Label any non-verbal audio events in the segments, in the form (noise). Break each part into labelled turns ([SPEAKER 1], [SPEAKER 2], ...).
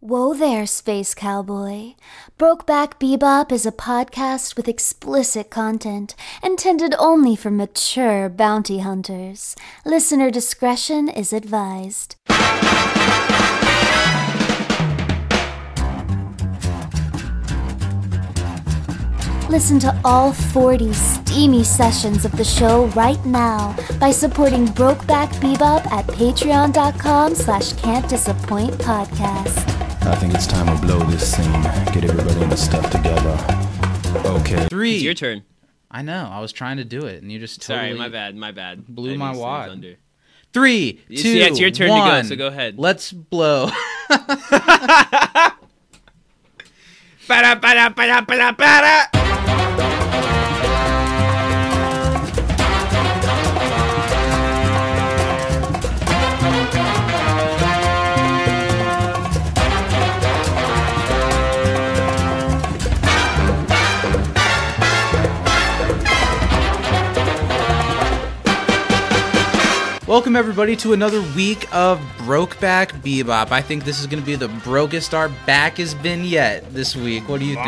[SPEAKER 1] Whoa there, Space Cowboy. Brokeback Bebop is a podcast with explicit content intended only for mature bounty hunters. Listener discretion is advised. Listen to all 40 steamy sessions of the show right now by supporting Brokeback Bebop at patreon.com slash can't disappoint podcast.
[SPEAKER 2] I think it's time to blow this scene. Get everybody in the stuff together. Okay.
[SPEAKER 3] Three.
[SPEAKER 4] It's your turn.
[SPEAKER 3] I know. I was trying to do it, and you just totally
[SPEAKER 4] Sorry, my bad, my bad.
[SPEAKER 3] blew
[SPEAKER 4] I
[SPEAKER 3] my
[SPEAKER 4] missed the
[SPEAKER 3] wad.
[SPEAKER 4] thunder.
[SPEAKER 3] Three,
[SPEAKER 4] It's-
[SPEAKER 3] two,
[SPEAKER 4] yeah, it's your turn to go,
[SPEAKER 3] one.
[SPEAKER 4] so go ahead.
[SPEAKER 3] Let's blow. (laughs)
[SPEAKER 4] Ba-da, ba-da, ba-da, ba-da, ba-da.
[SPEAKER 3] Welcome everybody to another week of Brokeback Bebop. I think this is going to be the brokest our back has been yet this week. What do you think?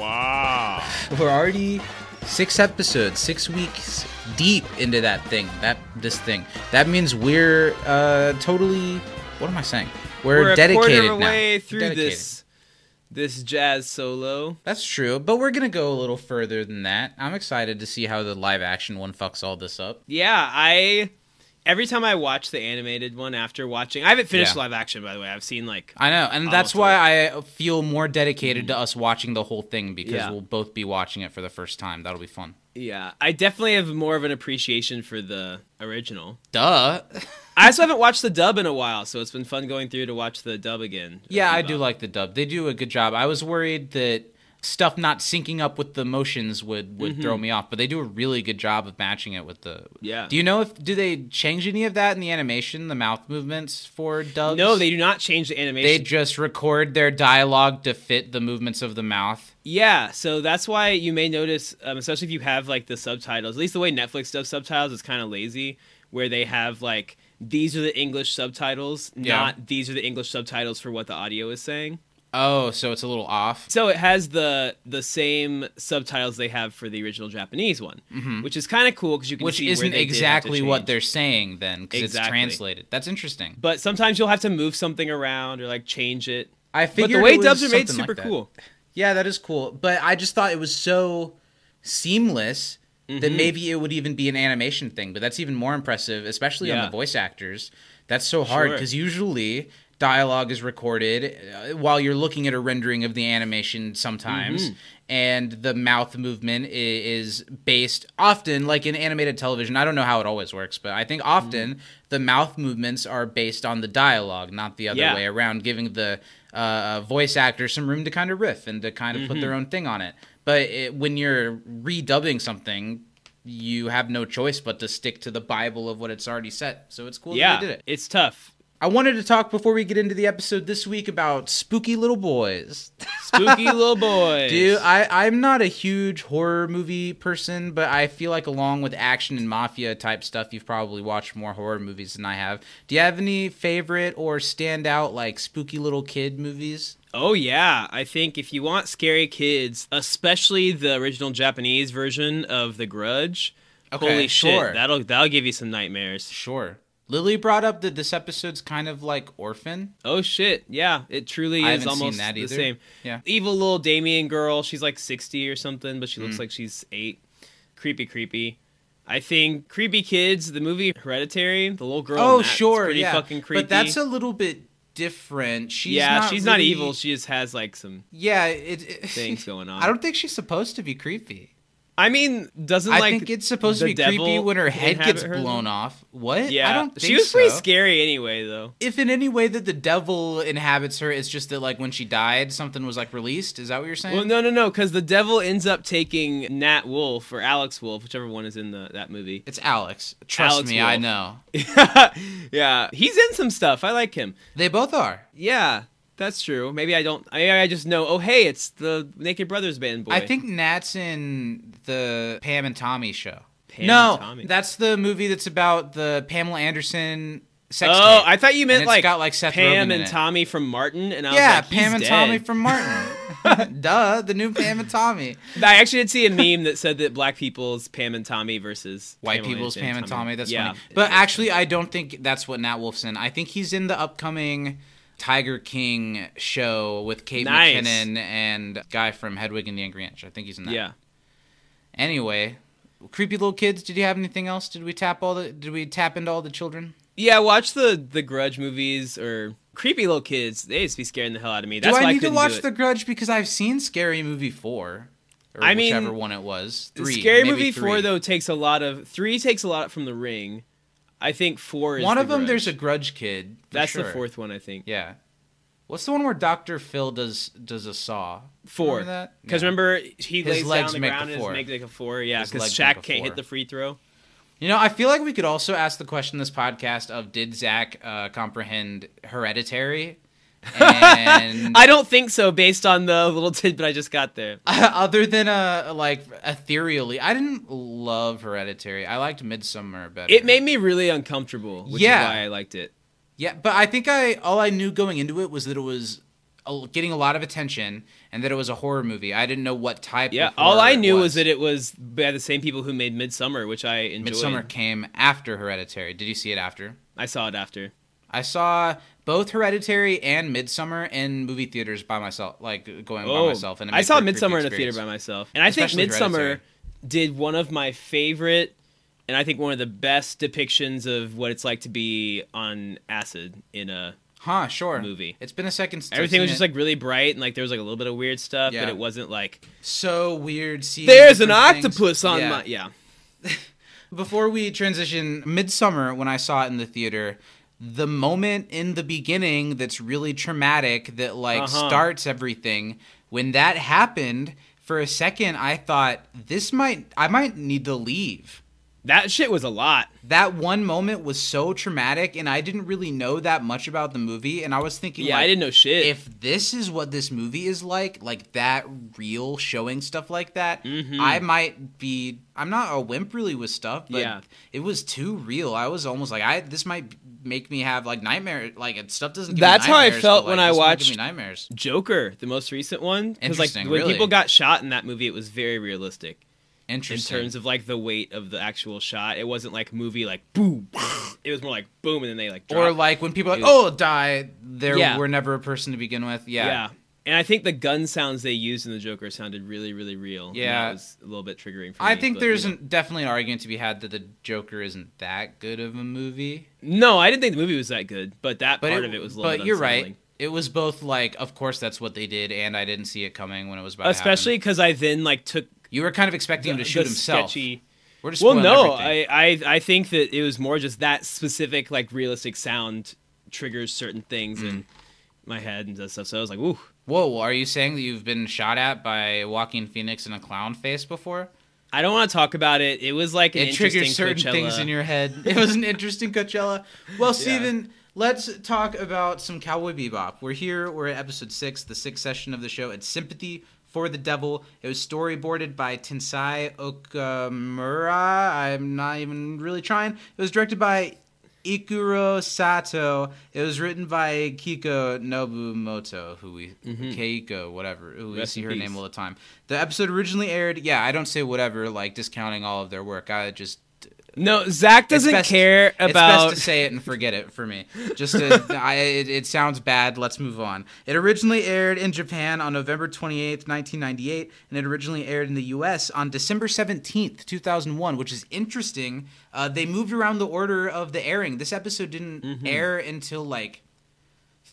[SPEAKER 3] We're already six episodes, six weeks deep into that thing. That this thing. That means we're uh, totally. What am I saying? We're,
[SPEAKER 4] We're a
[SPEAKER 3] dedicated
[SPEAKER 4] quarter
[SPEAKER 3] now.
[SPEAKER 4] of the way through
[SPEAKER 3] Dedicated.
[SPEAKER 4] this this jazz solo.
[SPEAKER 3] That's true, but we're gonna go a little further than that. I'm excited to see how the live action one fucks all this up.
[SPEAKER 4] Yeah, I every time I watch the animated one after watching, I haven't finished
[SPEAKER 3] Yeah.
[SPEAKER 4] live action by the way. I've seen like
[SPEAKER 3] I know, and that's
[SPEAKER 4] Almost
[SPEAKER 3] why I feel more dedicated to us watching the whole thing because
[SPEAKER 4] Yeah.
[SPEAKER 3] we'll both be watching it for the first time. That'll be fun.
[SPEAKER 4] yeah, I definitely have more of an appreciation for the original.
[SPEAKER 3] Duh.
[SPEAKER 4] I also haven't watched the dub in a while, so it's been fun going through to watch the dub again.
[SPEAKER 3] (laughs) Yeah, I
[SPEAKER 4] Bebop.
[SPEAKER 3] do like the dub. They do a good job. I was worried that stuff not syncing up with the motions would would throw me off, but they do a really good job of matching it with the.
[SPEAKER 4] Yeah.
[SPEAKER 3] Do you know if do they change any of that in the animation, the mouth movements for dubs?
[SPEAKER 4] No, they do not change the
[SPEAKER 3] They
[SPEAKER 4] animation.
[SPEAKER 3] just record their dialogue to fit the movements of the mouth.
[SPEAKER 4] Yeah, so that's why you may notice, um, especially if you have like the subtitles. At least the way Netflix does subtitles is kind of lazy, where they have like these are the English subtitles,
[SPEAKER 3] Yeah.
[SPEAKER 4] not these are the English subtitles for what the audio is saying.
[SPEAKER 3] Oh, so it's a little off.
[SPEAKER 4] So it has the the same subtitles they have for the original Japanese one, which is kind of cool because you can
[SPEAKER 3] Mm-hmm. Which
[SPEAKER 4] see where
[SPEAKER 3] isn't
[SPEAKER 4] they did have to
[SPEAKER 3] exactly what
[SPEAKER 4] change.
[SPEAKER 3] they're saying then, because it's
[SPEAKER 4] Exactly.
[SPEAKER 3] translated. That's interesting.
[SPEAKER 4] But sometimes you'll have to move something around or like change it.
[SPEAKER 3] I
[SPEAKER 4] But
[SPEAKER 3] figured
[SPEAKER 4] the
[SPEAKER 3] it
[SPEAKER 4] way
[SPEAKER 3] was
[SPEAKER 4] dubs are made is
[SPEAKER 3] something like
[SPEAKER 4] super
[SPEAKER 3] that.
[SPEAKER 4] cool.
[SPEAKER 3] Yeah, that is cool. But I just thought it was so seamless
[SPEAKER 4] Mm-hmm.
[SPEAKER 3] that maybe it would even be an animation thing. But that's even more impressive, especially on the
[SPEAKER 4] Yeah.
[SPEAKER 3] voice actors. That's so hard
[SPEAKER 4] Sure.
[SPEAKER 3] because usually dialogue is recorded uh, while you're looking at a rendering of the animation
[SPEAKER 4] Mm-hmm.
[SPEAKER 3] sometimes and the mouth movement i- is based often like in animated television i don't know how it always works but i think often
[SPEAKER 4] Mm-hmm.
[SPEAKER 3] the mouth movements are based on the dialogue not the other
[SPEAKER 4] Yeah.
[SPEAKER 3] way around, giving the uh, voice actor some room to kind of riff and to kind of put
[SPEAKER 4] Mm-hmm.
[SPEAKER 3] their own thing on it. But it, when you're redubbing something, you have no choice but to stick to the Bible of what it's already set. So it's cool
[SPEAKER 4] yeah,
[SPEAKER 3] that they did it.
[SPEAKER 4] it's tough.
[SPEAKER 3] I wanted to talk before we get into the episode this week about spooky little boys. (laughs)
[SPEAKER 4] Spooky little boys.
[SPEAKER 3] Dude, I, I'm not a huge horror movie person, but I feel like along with action and mafia type stuff, you've probably watched more horror movies than I have. Do you have any favorite or standout like spooky little kid movies?
[SPEAKER 4] Oh yeah, I think if you want scary kids, especially the original Japanese version of The Grudge,
[SPEAKER 3] Okay,
[SPEAKER 4] holy shit,
[SPEAKER 3] sure.
[SPEAKER 4] that'll that'll give you some nightmares.
[SPEAKER 3] Sure. Lily brought up that this episode's kind of like Orphan.
[SPEAKER 4] Oh shit, yeah, it truly
[SPEAKER 3] I
[SPEAKER 4] is
[SPEAKER 3] haven't seen
[SPEAKER 4] almost
[SPEAKER 3] that
[SPEAKER 4] the
[SPEAKER 3] either.
[SPEAKER 4] same.
[SPEAKER 3] Yeah.
[SPEAKER 4] evil little Damien girl, she's like sixty or something, but she looks
[SPEAKER 3] Mm.
[SPEAKER 4] like she's eight. Creepy, creepy. I think creepy kids. The movie Hereditary, the little girl. in
[SPEAKER 3] Oh,
[SPEAKER 4] that's
[SPEAKER 3] sure,
[SPEAKER 4] pretty
[SPEAKER 3] yeah.
[SPEAKER 4] fucking creepy.
[SPEAKER 3] But that's a little bit different. She's
[SPEAKER 4] yeah,
[SPEAKER 3] not
[SPEAKER 4] she's not
[SPEAKER 3] really-
[SPEAKER 4] evil. She just has like some.
[SPEAKER 3] yeah, it, it- (laughs)
[SPEAKER 4] Things going on.
[SPEAKER 3] I don't think she's supposed to be creepy.
[SPEAKER 4] I mean, doesn't
[SPEAKER 3] I
[SPEAKER 4] like
[SPEAKER 3] think it's supposed to
[SPEAKER 4] the
[SPEAKER 3] be creepy
[SPEAKER 4] devil
[SPEAKER 3] when her head
[SPEAKER 4] inhabit
[SPEAKER 3] gets
[SPEAKER 4] her?
[SPEAKER 3] blown off. What?
[SPEAKER 4] Yeah,
[SPEAKER 3] I don't think
[SPEAKER 4] she was pretty
[SPEAKER 3] so.
[SPEAKER 4] scary anyway, though.
[SPEAKER 3] If in any way that the devil inhabits her, it's just that like when she died, something was like released. Is that what you're saying?
[SPEAKER 4] Well, no, no, no, because the devil ends up taking Nat Wolf or Alex Wolf, whichever one is in the that movie.
[SPEAKER 3] It's Alex. Trust
[SPEAKER 4] Alex
[SPEAKER 3] me, I
[SPEAKER 4] Wolf.
[SPEAKER 3] know.
[SPEAKER 4] (laughs) yeah, he's in some stuff. I like him.
[SPEAKER 3] They both are.
[SPEAKER 4] Yeah, that's true. Maybe I don't. I, I just know. Oh, hey, it's the Naked Brothers band boy.
[SPEAKER 3] I think Nat's in the Pam and Tommy show.
[SPEAKER 4] Pam
[SPEAKER 3] no,
[SPEAKER 4] and Tommy.
[SPEAKER 3] that's the movie that's about the Pamela Anderson sex
[SPEAKER 4] oh,
[SPEAKER 3] tape.
[SPEAKER 4] I thought you meant
[SPEAKER 3] it's
[SPEAKER 4] like
[SPEAKER 3] got, like, Seth Rogen
[SPEAKER 4] Pam
[SPEAKER 3] in
[SPEAKER 4] and
[SPEAKER 3] it.
[SPEAKER 4] Tommy from Martin, and I
[SPEAKER 3] yeah,
[SPEAKER 4] was like, he's
[SPEAKER 3] Pam and
[SPEAKER 4] dead.
[SPEAKER 3] Tommy from
[SPEAKER 4] (laughs)
[SPEAKER 3] Martin. Duh, the new Pam and Tommy.
[SPEAKER 4] I actually did see a meme that said that black people's Pam and Tommy versus
[SPEAKER 3] White
[SPEAKER 4] Pamela
[SPEAKER 3] people's
[SPEAKER 4] Anderson
[SPEAKER 3] Pam and Tommy. That's
[SPEAKER 4] yeah.
[SPEAKER 3] funny. But actually, I don't think that's what Nat Wolf's in. I think he's in the upcoming Tiger King show with Kate
[SPEAKER 4] Nice.
[SPEAKER 3] McKinnon and guy from Hedwig and the Angry Inch. I think he's in that.
[SPEAKER 4] yeah.
[SPEAKER 3] Anyway, creepy little kids. Did you have anything else? Did we tap all the? Did we tap into all the children?
[SPEAKER 4] Yeah, watch the the Grudge movies or creepy little kids. They used to be scaring the hell out of me. That's
[SPEAKER 3] do
[SPEAKER 4] why
[SPEAKER 3] I
[SPEAKER 4] I
[SPEAKER 3] need to
[SPEAKER 4] couldn't do
[SPEAKER 3] watch
[SPEAKER 4] it.
[SPEAKER 3] The Grudge because I've seen Scary Movie four, or
[SPEAKER 4] I mean,
[SPEAKER 3] whichever one it was. Three,
[SPEAKER 4] Scary
[SPEAKER 3] maybe
[SPEAKER 4] Movie
[SPEAKER 3] three.
[SPEAKER 4] Four though takes a lot of three takes a lot from The Ring. I think four is
[SPEAKER 3] One
[SPEAKER 4] The
[SPEAKER 3] of them, there's a
[SPEAKER 4] Grudge.
[SPEAKER 3] Grudge kid. for
[SPEAKER 4] that's the
[SPEAKER 3] sure.
[SPEAKER 4] fourth one I think
[SPEAKER 3] Yeah. What's the one where Doctor Phil does does a saw?
[SPEAKER 4] four
[SPEAKER 3] Remember that?
[SPEAKER 4] because
[SPEAKER 3] Yeah.
[SPEAKER 4] remember he
[SPEAKER 3] His
[SPEAKER 4] lays down
[SPEAKER 3] legs
[SPEAKER 4] on the
[SPEAKER 3] make
[SPEAKER 4] ground
[SPEAKER 3] the
[SPEAKER 4] and
[SPEAKER 3] four.
[SPEAKER 4] his legs make a four yeah
[SPEAKER 3] His
[SPEAKER 4] because
[SPEAKER 3] legs make
[SPEAKER 4] Shaq
[SPEAKER 3] a
[SPEAKER 4] can't
[SPEAKER 3] four.
[SPEAKER 4] hit the free throw.
[SPEAKER 3] You know, I feel like we could also ask the question this podcast of did Zach uh, comprehend Hereditary? And
[SPEAKER 4] (laughs) I don't think so based on the (laughs) little tidbit I just got there.
[SPEAKER 3] (laughs) other than uh like ethereally, I didn't love Hereditary. I liked Midsummer better.
[SPEAKER 4] It made me really uncomfortable, which
[SPEAKER 3] Yeah.
[SPEAKER 4] is why I liked it.
[SPEAKER 3] Yeah, but I think I all I knew going into it was that it was a- getting a lot of attention and that it was a horror movie. I didn't know what type.
[SPEAKER 4] Yeah,
[SPEAKER 3] of
[SPEAKER 4] all
[SPEAKER 3] horror
[SPEAKER 4] I knew
[SPEAKER 3] was.
[SPEAKER 4] was. that it was by the same people who made Midsummer, which I enjoyed.
[SPEAKER 3] Midsummer came after Hereditary. Did you see it after?
[SPEAKER 4] I saw it after.
[SPEAKER 3] I saw both Hereditary and Midsummer in movie theaters by myself, like going by myself. And it
[SPEAKER 4] Oh, I
[SPEAKER 3] made
[SPEAKER 4] saw
[SPEAKER 3] for a creepy
[SPEAKER 4] Midsummer in a theater
[SPEAKER 3] experience.
[SPEAKER 4] by myself, and I
[SPEAKER 3] Especially
[SPEAKER 4] think Midsummer
[SPEAKER 3] Hereditary.
[SPEAKER 4] did one of my favorite, and I think one of the best depictions of what it's like to be on acid in a.
[SPEAKER 3] Huh? Sure.
[SPEAKER 4] movie.
[SPEAKER 3] It's been a second. Since I've
[SPEAKER 4] Everything was
[SPEAKER 3] seen
[SPEAKER 4] just
[SPEAKER 3] it.
[SPEAKER 4] like really bright, and like there was like a little bit of weird stuff,
[SPEAKER 3] Yeah.
[SPEAKER 4] but it wasn't like
[SPEAKER 3] so weird. Seeing
[SPEAKER 4] there's an
[SPEAKER 3] different things.
[SPEAKER 4] octopus on
[SPEAKER 3] Yeah.
[SPEAKER 4] my yeah.
[SPEAKER 3] Before we transition, Midsummer, when I saw it in the theater, the moment in the beginning that's really traumatic that like
[SPEAKER 4] Uh-huh.
[SPEAKER 3] starts everything, when that happened, for a second I thought this might I might need to leave.
[SPEAKER 4] That shit was a lot.
[SPEAKER 3] That one moment was so traumatic and I didn't really know that much about the movie and I was thinking
[SPEAKER 4] Yeah,
[SPEAKER 3] like,
[SPEAKER 4] I didn't know shit.
[SPEAKER 3] if this is what this movie is like, like that real showing stuff like that,
[SPEAKER 4] Mm-hmm.
[SPEAKER 3] I might be. I'm not a wimp really with stuff, but
[SPEAKER 4] Yeah.
[SPEAKER 3] it was too real. I was almost like, I this might make me have like nightmares. Like it- stuff doesn't. Give
[SPEAKER 4] That's
[SPEAKER 3] me
[SPEAKER 4] how I
[SPEAKER 3] nightmares, but,
[SPEAKER 4] felt
[SPEAKER 3] like,
[SPEAKER 4] when I
[SPEAKER 3] this might give me
[SPEAKER 4] watched-
[SPEAKER 3] nightmares.
[SPEAKER 4] Joker, the most recent one, because like
[SPEAKER 3] Interesting,
[SPEAKER 4] when
[SPEAKER 3] really.
[SPEAKER 4] people got shot in that movie, it was very realistic in
[SPEAKER 3] Interesting.
[SPEAKER 4] terms of like the weight of the actual shot. It wasn't like movie like boom. (laughs) it was more like boom, and then they like drop.
[SPEAKER 3] or like when people are like,
[SPEAKER 4] It
[SPEAKER 3] oh, die. There
[SPEAKER 4] Yeah.
[SPEAKER 3] were never a person to begin with. Yeah.
[SPEAKER 4] yeah. And I think the gun sounds they used in the Joker sounded really, really real. and
[SPEAKER 3] Yeah.
[SPEAKER 4] that was a little bit triggering for me.
[SPEAKER 3] I think
[SPEAKER 4] but,
[SPEAKER 3] there's
[SPEAKER 4] you know.
[SPEAKER 3] an, definitely an argument to be had that the Joker isn't that good of a movie.
[SPEAKER 4] no. I didn't think the movie was that good, but that part of it was. A little
[SPEAKER 3] but
[SPEAKER 4] bit
[SPEAKER 3] you're
[SPEAKER 4] unsettling.
[SPEAKER 3] right. It was both like, of course, that's what they did, and I didn't see it coming when it was about. to happen.
[SPEAKER 4] especially because I then like took
[SPEAKER 3] you were kind of expecting him to
[SPEAKER 4] the
[SPEAKER 3] shoot himself.
[SPEAKER 4] sketchy.
[SPEAKER 3] We're just
[SPEAKER 4] Well,
[SPEAKER 3] spoiling
[SPEAKER 4] no,
[SPEAKER 3] everything.
[SPEAKER 4] I, I I think that it was more just that specific like realistic sound triggers certain
[SPEAKER 3] Mm.
[SPEAKER 4] things in my head and does stuff. So I was like, ooh,
[SPEAKER 3] Whoa, are you saying that you've been shot at by Walking Phoenix in a clown face before?
[SPEAKER 4] I don't want to talk about it. It was like an
[SPEAKER 3] It triggers
[SPEAKER 4] interesting
[SPEAKER 3] certain things
[SPEAKER 4] Coachella.
[SPEAKER 3] in your
[SPEAKER 4] (laughs)
[SPEAKER 3] head. It was an interesting Coachella. Well, Steven, let's talk about some Cowboy Bebop. We're here. We're at episode six, the sixth session of the show. It's Sympathy for the Devil. It was storyboarded by Tensai Okamura. I'm not even really trying. It was directed by Ikuro Sato. It was written by Kiko Nobumoto, who we
[SPEAKER 4] Mm-hmm.
[SPEAKER 3] Keiko, whatever. Who we
[SPEAKER 4] Rest
[SPEAKER 3] see
[SPEAKER 4] in
[SPEAKER 3] her name
[SPEAKER 4] peace.
[SPEAKER 3] all the time. The episode originally aired. Yeah, I don't say whatever, like discounting all of their work. I just
[SPEAKER 4] No, Zach
[SPEAKER 3] it's
[SPEAKER 4] doesn't
[SPEAKER 3] best-
[SPEAKER 4] care
[SPEAKER 3] It's
[SPEAKER 4] about.
[SPEAKER 3] best to say it and forget it for me. Just to, (laughs) I, it, it sounds bad. Let's move on. It originally aired in Japan on November 28th, 1998, and it originally aired in the U.S. on December 17th, 2001, which is interesting. Uh, they moved around the order of the airing. This episode didn't
[SPEAKER 4] Mm-hmm.
[SPEAKER 3] air until like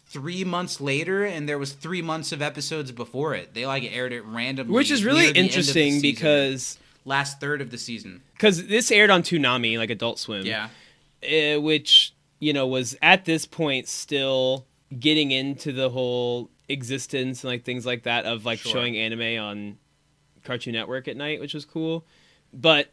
[SPEAKER 3] three months later and there was three months of episodes before it they like aired it randomly
[SPEAKER 4] which is
[SPEAKER 3] near
[SPEAKER 4] really
[SPEAKER 3] the end of the
[SPEAKER 4] interesting
[SPEAKER 3] season,
[SPEAKER 4] because
[SPEAKER 3] last third of the season
[SPEAKER 4] because this aired on Toonami, like Adult Swim.
[SPEAKER 3] yeah
[SPEAKER 4] uh, which you know was at this point still getting into the whole existence and like things like that of like
[SPEAKER 3] Sure.
[SPEAKER 4] showing anime on Cartoon Network at night, which was cool. But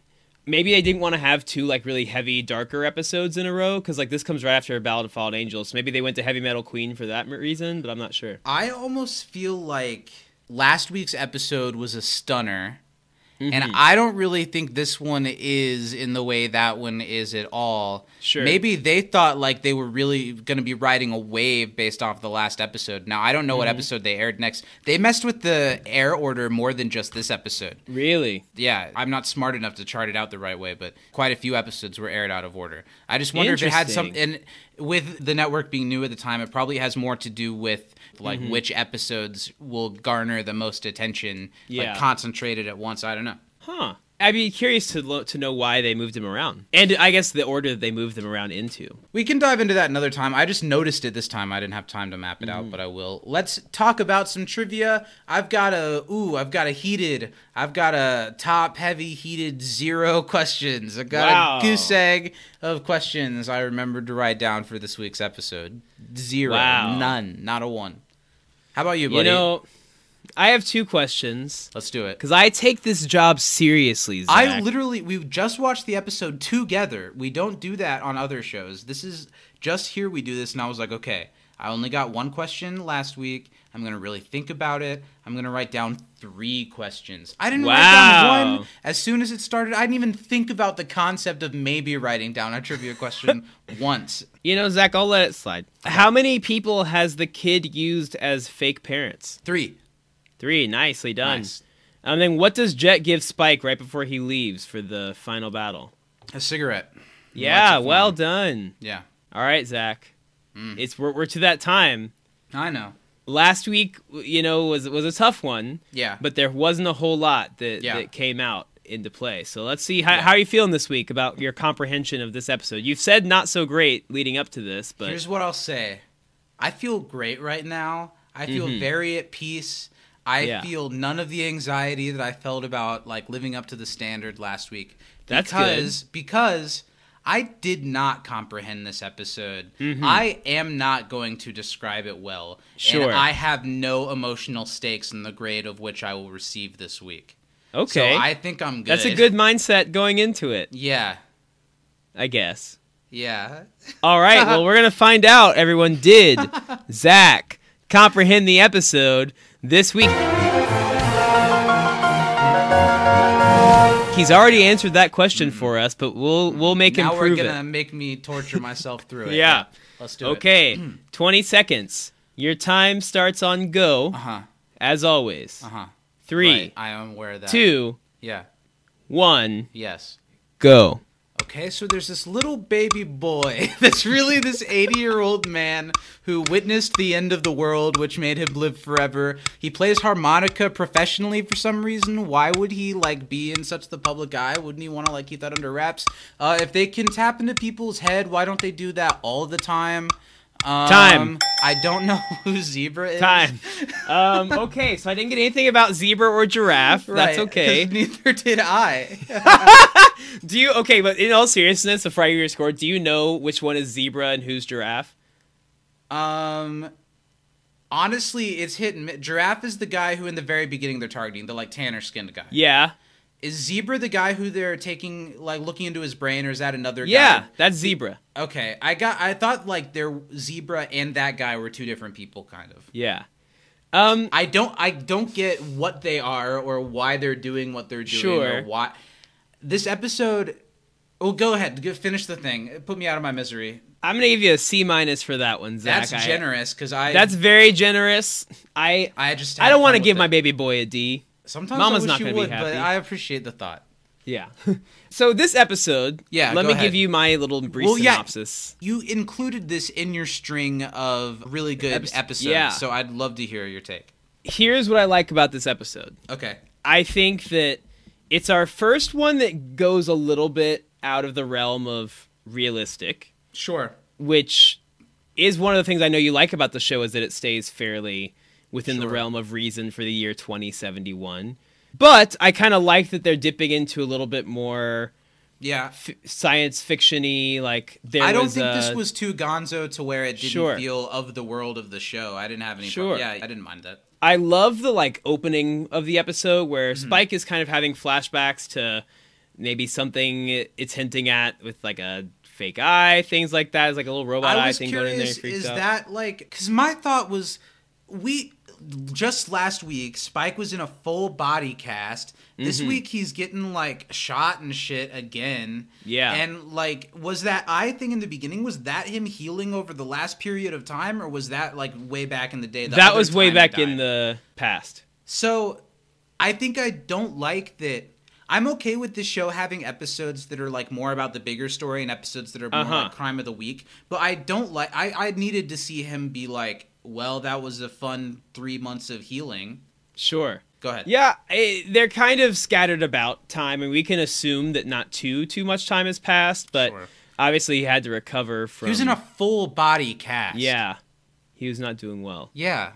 [SPEAKER 4] maybe they didn't want to have two like really heavy, darker episodes in a row because like this comes right after Ballad of Fallen Angels. So maybe they went to Heavy Metal Queen for that m- reason, but I'm not sure.
[SPEAKER 3] I almost feel like last week's episode was a stunner And I don't really think this one is in the way that one is at all.
[SPEAKER 4] Sure.
[SPEAKER 3] Maybe they thought like they were really going to be riding a wave based off the last episode. Now, I don't know what episode they aired next. They messed with the air order more than just this episode.
[SPEAKER 4] Really?
[SPEAKER 3] Yeah, I'm not smart enough to chart it out the right way, but quite a few episodes were aired out of order. I just wonder if it had some and with the network being new at the time, it probably has more to do with like which episodes will garner the most attention,
[SPEAKER 4] Yeah.
[SPEAKER 3] like concentrated at once. I don't know.
[SPEAKER 4] Huh. I'd be curious to lo- to know why they moved them around, and I guess the order that they moved them around into.
[SPEAKER 3] We can dive into that another time. I just noticed it this time. I didn't have time to map it out, but I will. Let's talk about some trivia. I've got a ooh, I've got a heated, I've got a top heavy heated zero (laughs) questions. I got
[SPEAKER 4] Wow.
[SPEAKER 3] a goose egg of questions I remembered to write down for this week's episode. Zero,
[SPEAKER 4] Wow.
[SPEAKER 3] none, not a one. How about you, buddy?
[SPEAKER 4] You know, I have two questions
[SPEAKER 3] Let's do it.
[SPEAKER 4] because I take this job seriously. Zach.
[SPEAKER 3] I literally we just watched the episode together. We don't do that on other shows. This is just here we do this and I was like, okay, I only got one question last week. I'm going to really think about it. I'm going to write down 3 questions. I didn't write
[SPEAKER 4] Wow.
[SPEAKER 3] down one. As soon as it started, I didn't even think about the concept of maybe writing down a
[SPEAKER 4] (laughs)
[SPEAKER 3] trivia question once.
[SPEAKER 4] you know, Zach, I'll let it slide. How many people has the kid used as fake parents?
[SPEAKER 3] 3.
[SPEAKER 4] Three. Nicely done.
[SPEAKER 3] Nice.
[SPEAKER 4] And then, what does Jet give Spike right before he leaves for the final battle?
[SPEAKER 3] A cigarette.
[SPEAKER 4] Yeah,
[SPEAKER 3] a
[SPEAKER 4] well done.
[SPEAKER 3] Yeah.
[SPEAKER 4] All right, Zach.
[SPEAKER 3] Hmm.
[SPEAKER 4] It's we're, we're to that time.
[SPEAKER 3] I know.
[SPEAKER 4] Last week, you know, was was a tough one.
[SPEAKER 3] Yeah.
[SPEAKER 4] but there wasn't a whole lot that,
[SPEAKER 3] Yeah.
[SPEAKER 4] that came out into play. So let's see how, how are you feeling this week about your comprehension of this episode. You've said not so great leading up to this, but
[SPEAKER 3] Here's what I'll say. I feel great right now. I feel very at peace. I
[SPEAKER 4] Mm-hmm. Yeah.
[SPEAKER 3] feel none of the anxiety that I felt about like living up to the standard last week.
[SPEAKER 4] That's good.
[SPEAKER 3] because because I did not comprehend this episode.
[SPEAKER 4] Mm-hmm.
[SPEAKER 3] I am not going to describe it well.
[SPEAKER 4] Sure.
[SPEAKER 3] And I have no emotional stakes in the grade of which I will receive this week.
[SPEAKER 4] okay,
[SPEAKER 3] So I think I'm good.
[SPEAKER 4] that's a good mindset going into it,
[SPEAKER 3] Yeah.
[SPEAKER 4] I guess.
[SPEAKER 3] Yeah. (laughs)
[SPEAKER 4] All right, well we're gonna find out. Everyone did Zach comprehend the episode this week? He's already answered that question for us, but we'll we'll make
[SPEAKER 3] now
[SPEAKER 4] him prove
[SPEAKER 3] we're
[SPEAKER 4] it.
[SPEAKER 3] gonna make me torture myself
[SPEAKER 4] (laughs)
[SPEAKER 3] through it.
[SPEAKER 4] Yeah.
[SPEAKER 3] Let's do it. (clears throat)
[SPEAKER 4] Okay, 20 seconds. Your time starts on go,
[SPEAKER 3] Uh huh.
[SPEAKER 4] as always.
[SPEAKER 3] Uh huh. Right,
[SPEAKER 4] Three,
[SPEAKER 3] I am aware of that.
[SPEAKER 4] two,
[SPEAKER 3] Yeah.
[SPEAKER 4] one,
[SPEAKER 3] Yes.
[SPEAKER 4] go.
[SPEAKER 3] Okay, so there's this little baby boy (laughs) that's really this 80 year old man who witnessed the end of the world, which made him live forever. He plays harmonica professionally for some reason. Why would he, like, be in such the public eye? Wouldn't he want to, like, keep that under wraps? Uh, if they can tap into people's head, why don't they do that all the time? Um,
[SPEAKER 4] Time.
[SPEAKER 3] I don't know (laughs) who Zebra is. (laughs)
[SPEAKER 4] Time. um, okay, so I didn't get anything about zebra or giraffe.
[SPEAKER 3] Right,
[SPEAKER 4] That's
[SPEAKER 3] 'cause
[SPEAKER 4] okay.
[SPEAKER 3] Neither did I.
[SPEAKER 4] Do you, okay, but in all seriousness, the Friday your score, do you know which one is zebra and who's giraffe?
[SPEAKER 3] Um, honestly, it's hit and mi- Giraffe is the guy who, in the very beginning, they're targeting the like tanner skinned guy.
[SPEAKER 4] Yeah.
[SPEAKER 3] Is Zebra the guy who they're taking like looking into his brain, or is that another?
[SPEAKER 4] Yeah, that's zebra.
[SPEAKER 3] guy? Okay, I got. I thought like their Zebra and that guy were two different people, kind of.
[SPEAKER 4] Yeah. Um,
[SPEAKER 3] I don't. I don't get what they are or why they're doing what they're doing
[SPEAKER 4] Sure.
[SPEAKER 3] or why. This episode. Oh, go ahead. Go- Finish the thing. Put me out of my misery.
[SPEAKER 4] I'm going to give you a C minus for that one, Zach.
[SPEAKER 3] That's
[SPEAKER 4] I-
[SPEAKER 3] generous because I.
[SPEAKER 4] That's very generous. I
[SPEAKER 3] I just.
[SPEAKER 4] I don't
[SPEAKER 3] want to
[SPEAKER 4] give my
[SPEAKER 3] baby.
[SPEAKER 4] baby boy a D.
[SPEAKER 3] Sometimes I
[SPEAKER 4] Mama's
[SPEAKER 3] wish
[SPEAKER 4] not
[SPEAKER 3] you
[SPEAKER 4] gonna be
[SPEAKER 3] would, but
[SPEAKER 4] happy.
[SPEAKER 3] I appreciate the thought.
[SPEAKER 4] Yeah. (laughs) so this episode,
[SPEAKER 3] Yeah,
[SPEAKER 4] let
[SPEAKER 3] go
[SPEAKER 4] me give
[SPEAKER 3] ahead.
[SPEAKER 4] you my little brief
[SPEAKER 3] Well, yeah.
[SPEAKER 4] synopsis.
[SPEAKER 3] You included this in your string of really good
[SPEAKER 4] Eps-
[SPEAKER 3] episodes,
[SPEAKER 4] yeah.
[SPEAKER 3] so I'd love to hear your take.
[SPEAKER 4] Here's what I like about this episode.
[SPEAKER 3] Okay.
[SPEAKER 4] I think that it's our first one that goes a little bit out of the realm of realistic,
[SPEAKER 3] Sure.
[SPEAKER 4] which is one of the things I know you like about the show is that it stays fairly within the realm of reason for the year 2071. But I kind of like that they're dipping into a little bit more
[SPEAKER 3] Yeah.
[SPEAKER 4] f- science fictiony. Like there
[SPEAKER 3] I don't
[SPEAKER 4] was
[SPEAKER 3] think this
[SPEAKER 4] a-
[SPEAKER 3] was too gonzo to where it didn't
[SPEAKER 4] Sure.
[SPEAKER 3] feel of the world of the show. I didn't have any
[SPEAKER 4] Sure.
[SPEAKER 3] problem. Yeah, I didn't mind that.
[SPEAKER 4] I love the like opening of the episode where Spike is kind of having flashbacks to maybe something it- it's hinting at with like a fake eye, things like that. It's like a little robot
[SPEAKER 3] I
[SPEAKER 4] eye
[SPEAKER 3] was
[SPEAKER 4] thing
[SPEAKER 3] curious,
[SPEAKER 4] going in there. And freaks
[SPEAKER 3] is
[SPEAKER 4] out.
[SPEAKER 3] that like because my thought was we just last week Spike was in a full body cast. This
[SPEAKER 4] Mm-hmm.
[SPEAKER 3] week he's getting like shot and shit again.
[SPEAKER 4] Yeah.
[SPEAKER 3] And like was that eye thing in the beginning was that him healing over the last period of time or was that like way back in the day? the
[SPEAKER 4] that
[SPEAKER 3] other
[SPEAKER 4] was way
[SPEAKER 3] time he
[SPEAKER 4] back in
[SPEAKER 3] died?
[SPEAKER 4] the past.
[SPEAKER 3] So I think I don't like that. I'm okay with this show having episodes that are like more about the bigger story and episodes that are more
[SPEAKER 4] Uh-huh.
[SPEAKER 3] like crime of the week. But I don't like. I I needed to see him be like, well, that was a fun three months of healing.
[SPEAKER 4] Sure.
[SPEAKER 3] Go ahead.
[SPEAKER 4] Yeah, eh, they're kind of scattered about time, and we can assume that not too too much time has passed. But
[SPEAKER 3] Sure.
[SPEAKER 4] obviously, he had to recover from.
[SPEAKER 3] He was in a full body cast.
[SPEAKER 4] Yeah, he was not doing well.
[SPEAKER 3] Yeah.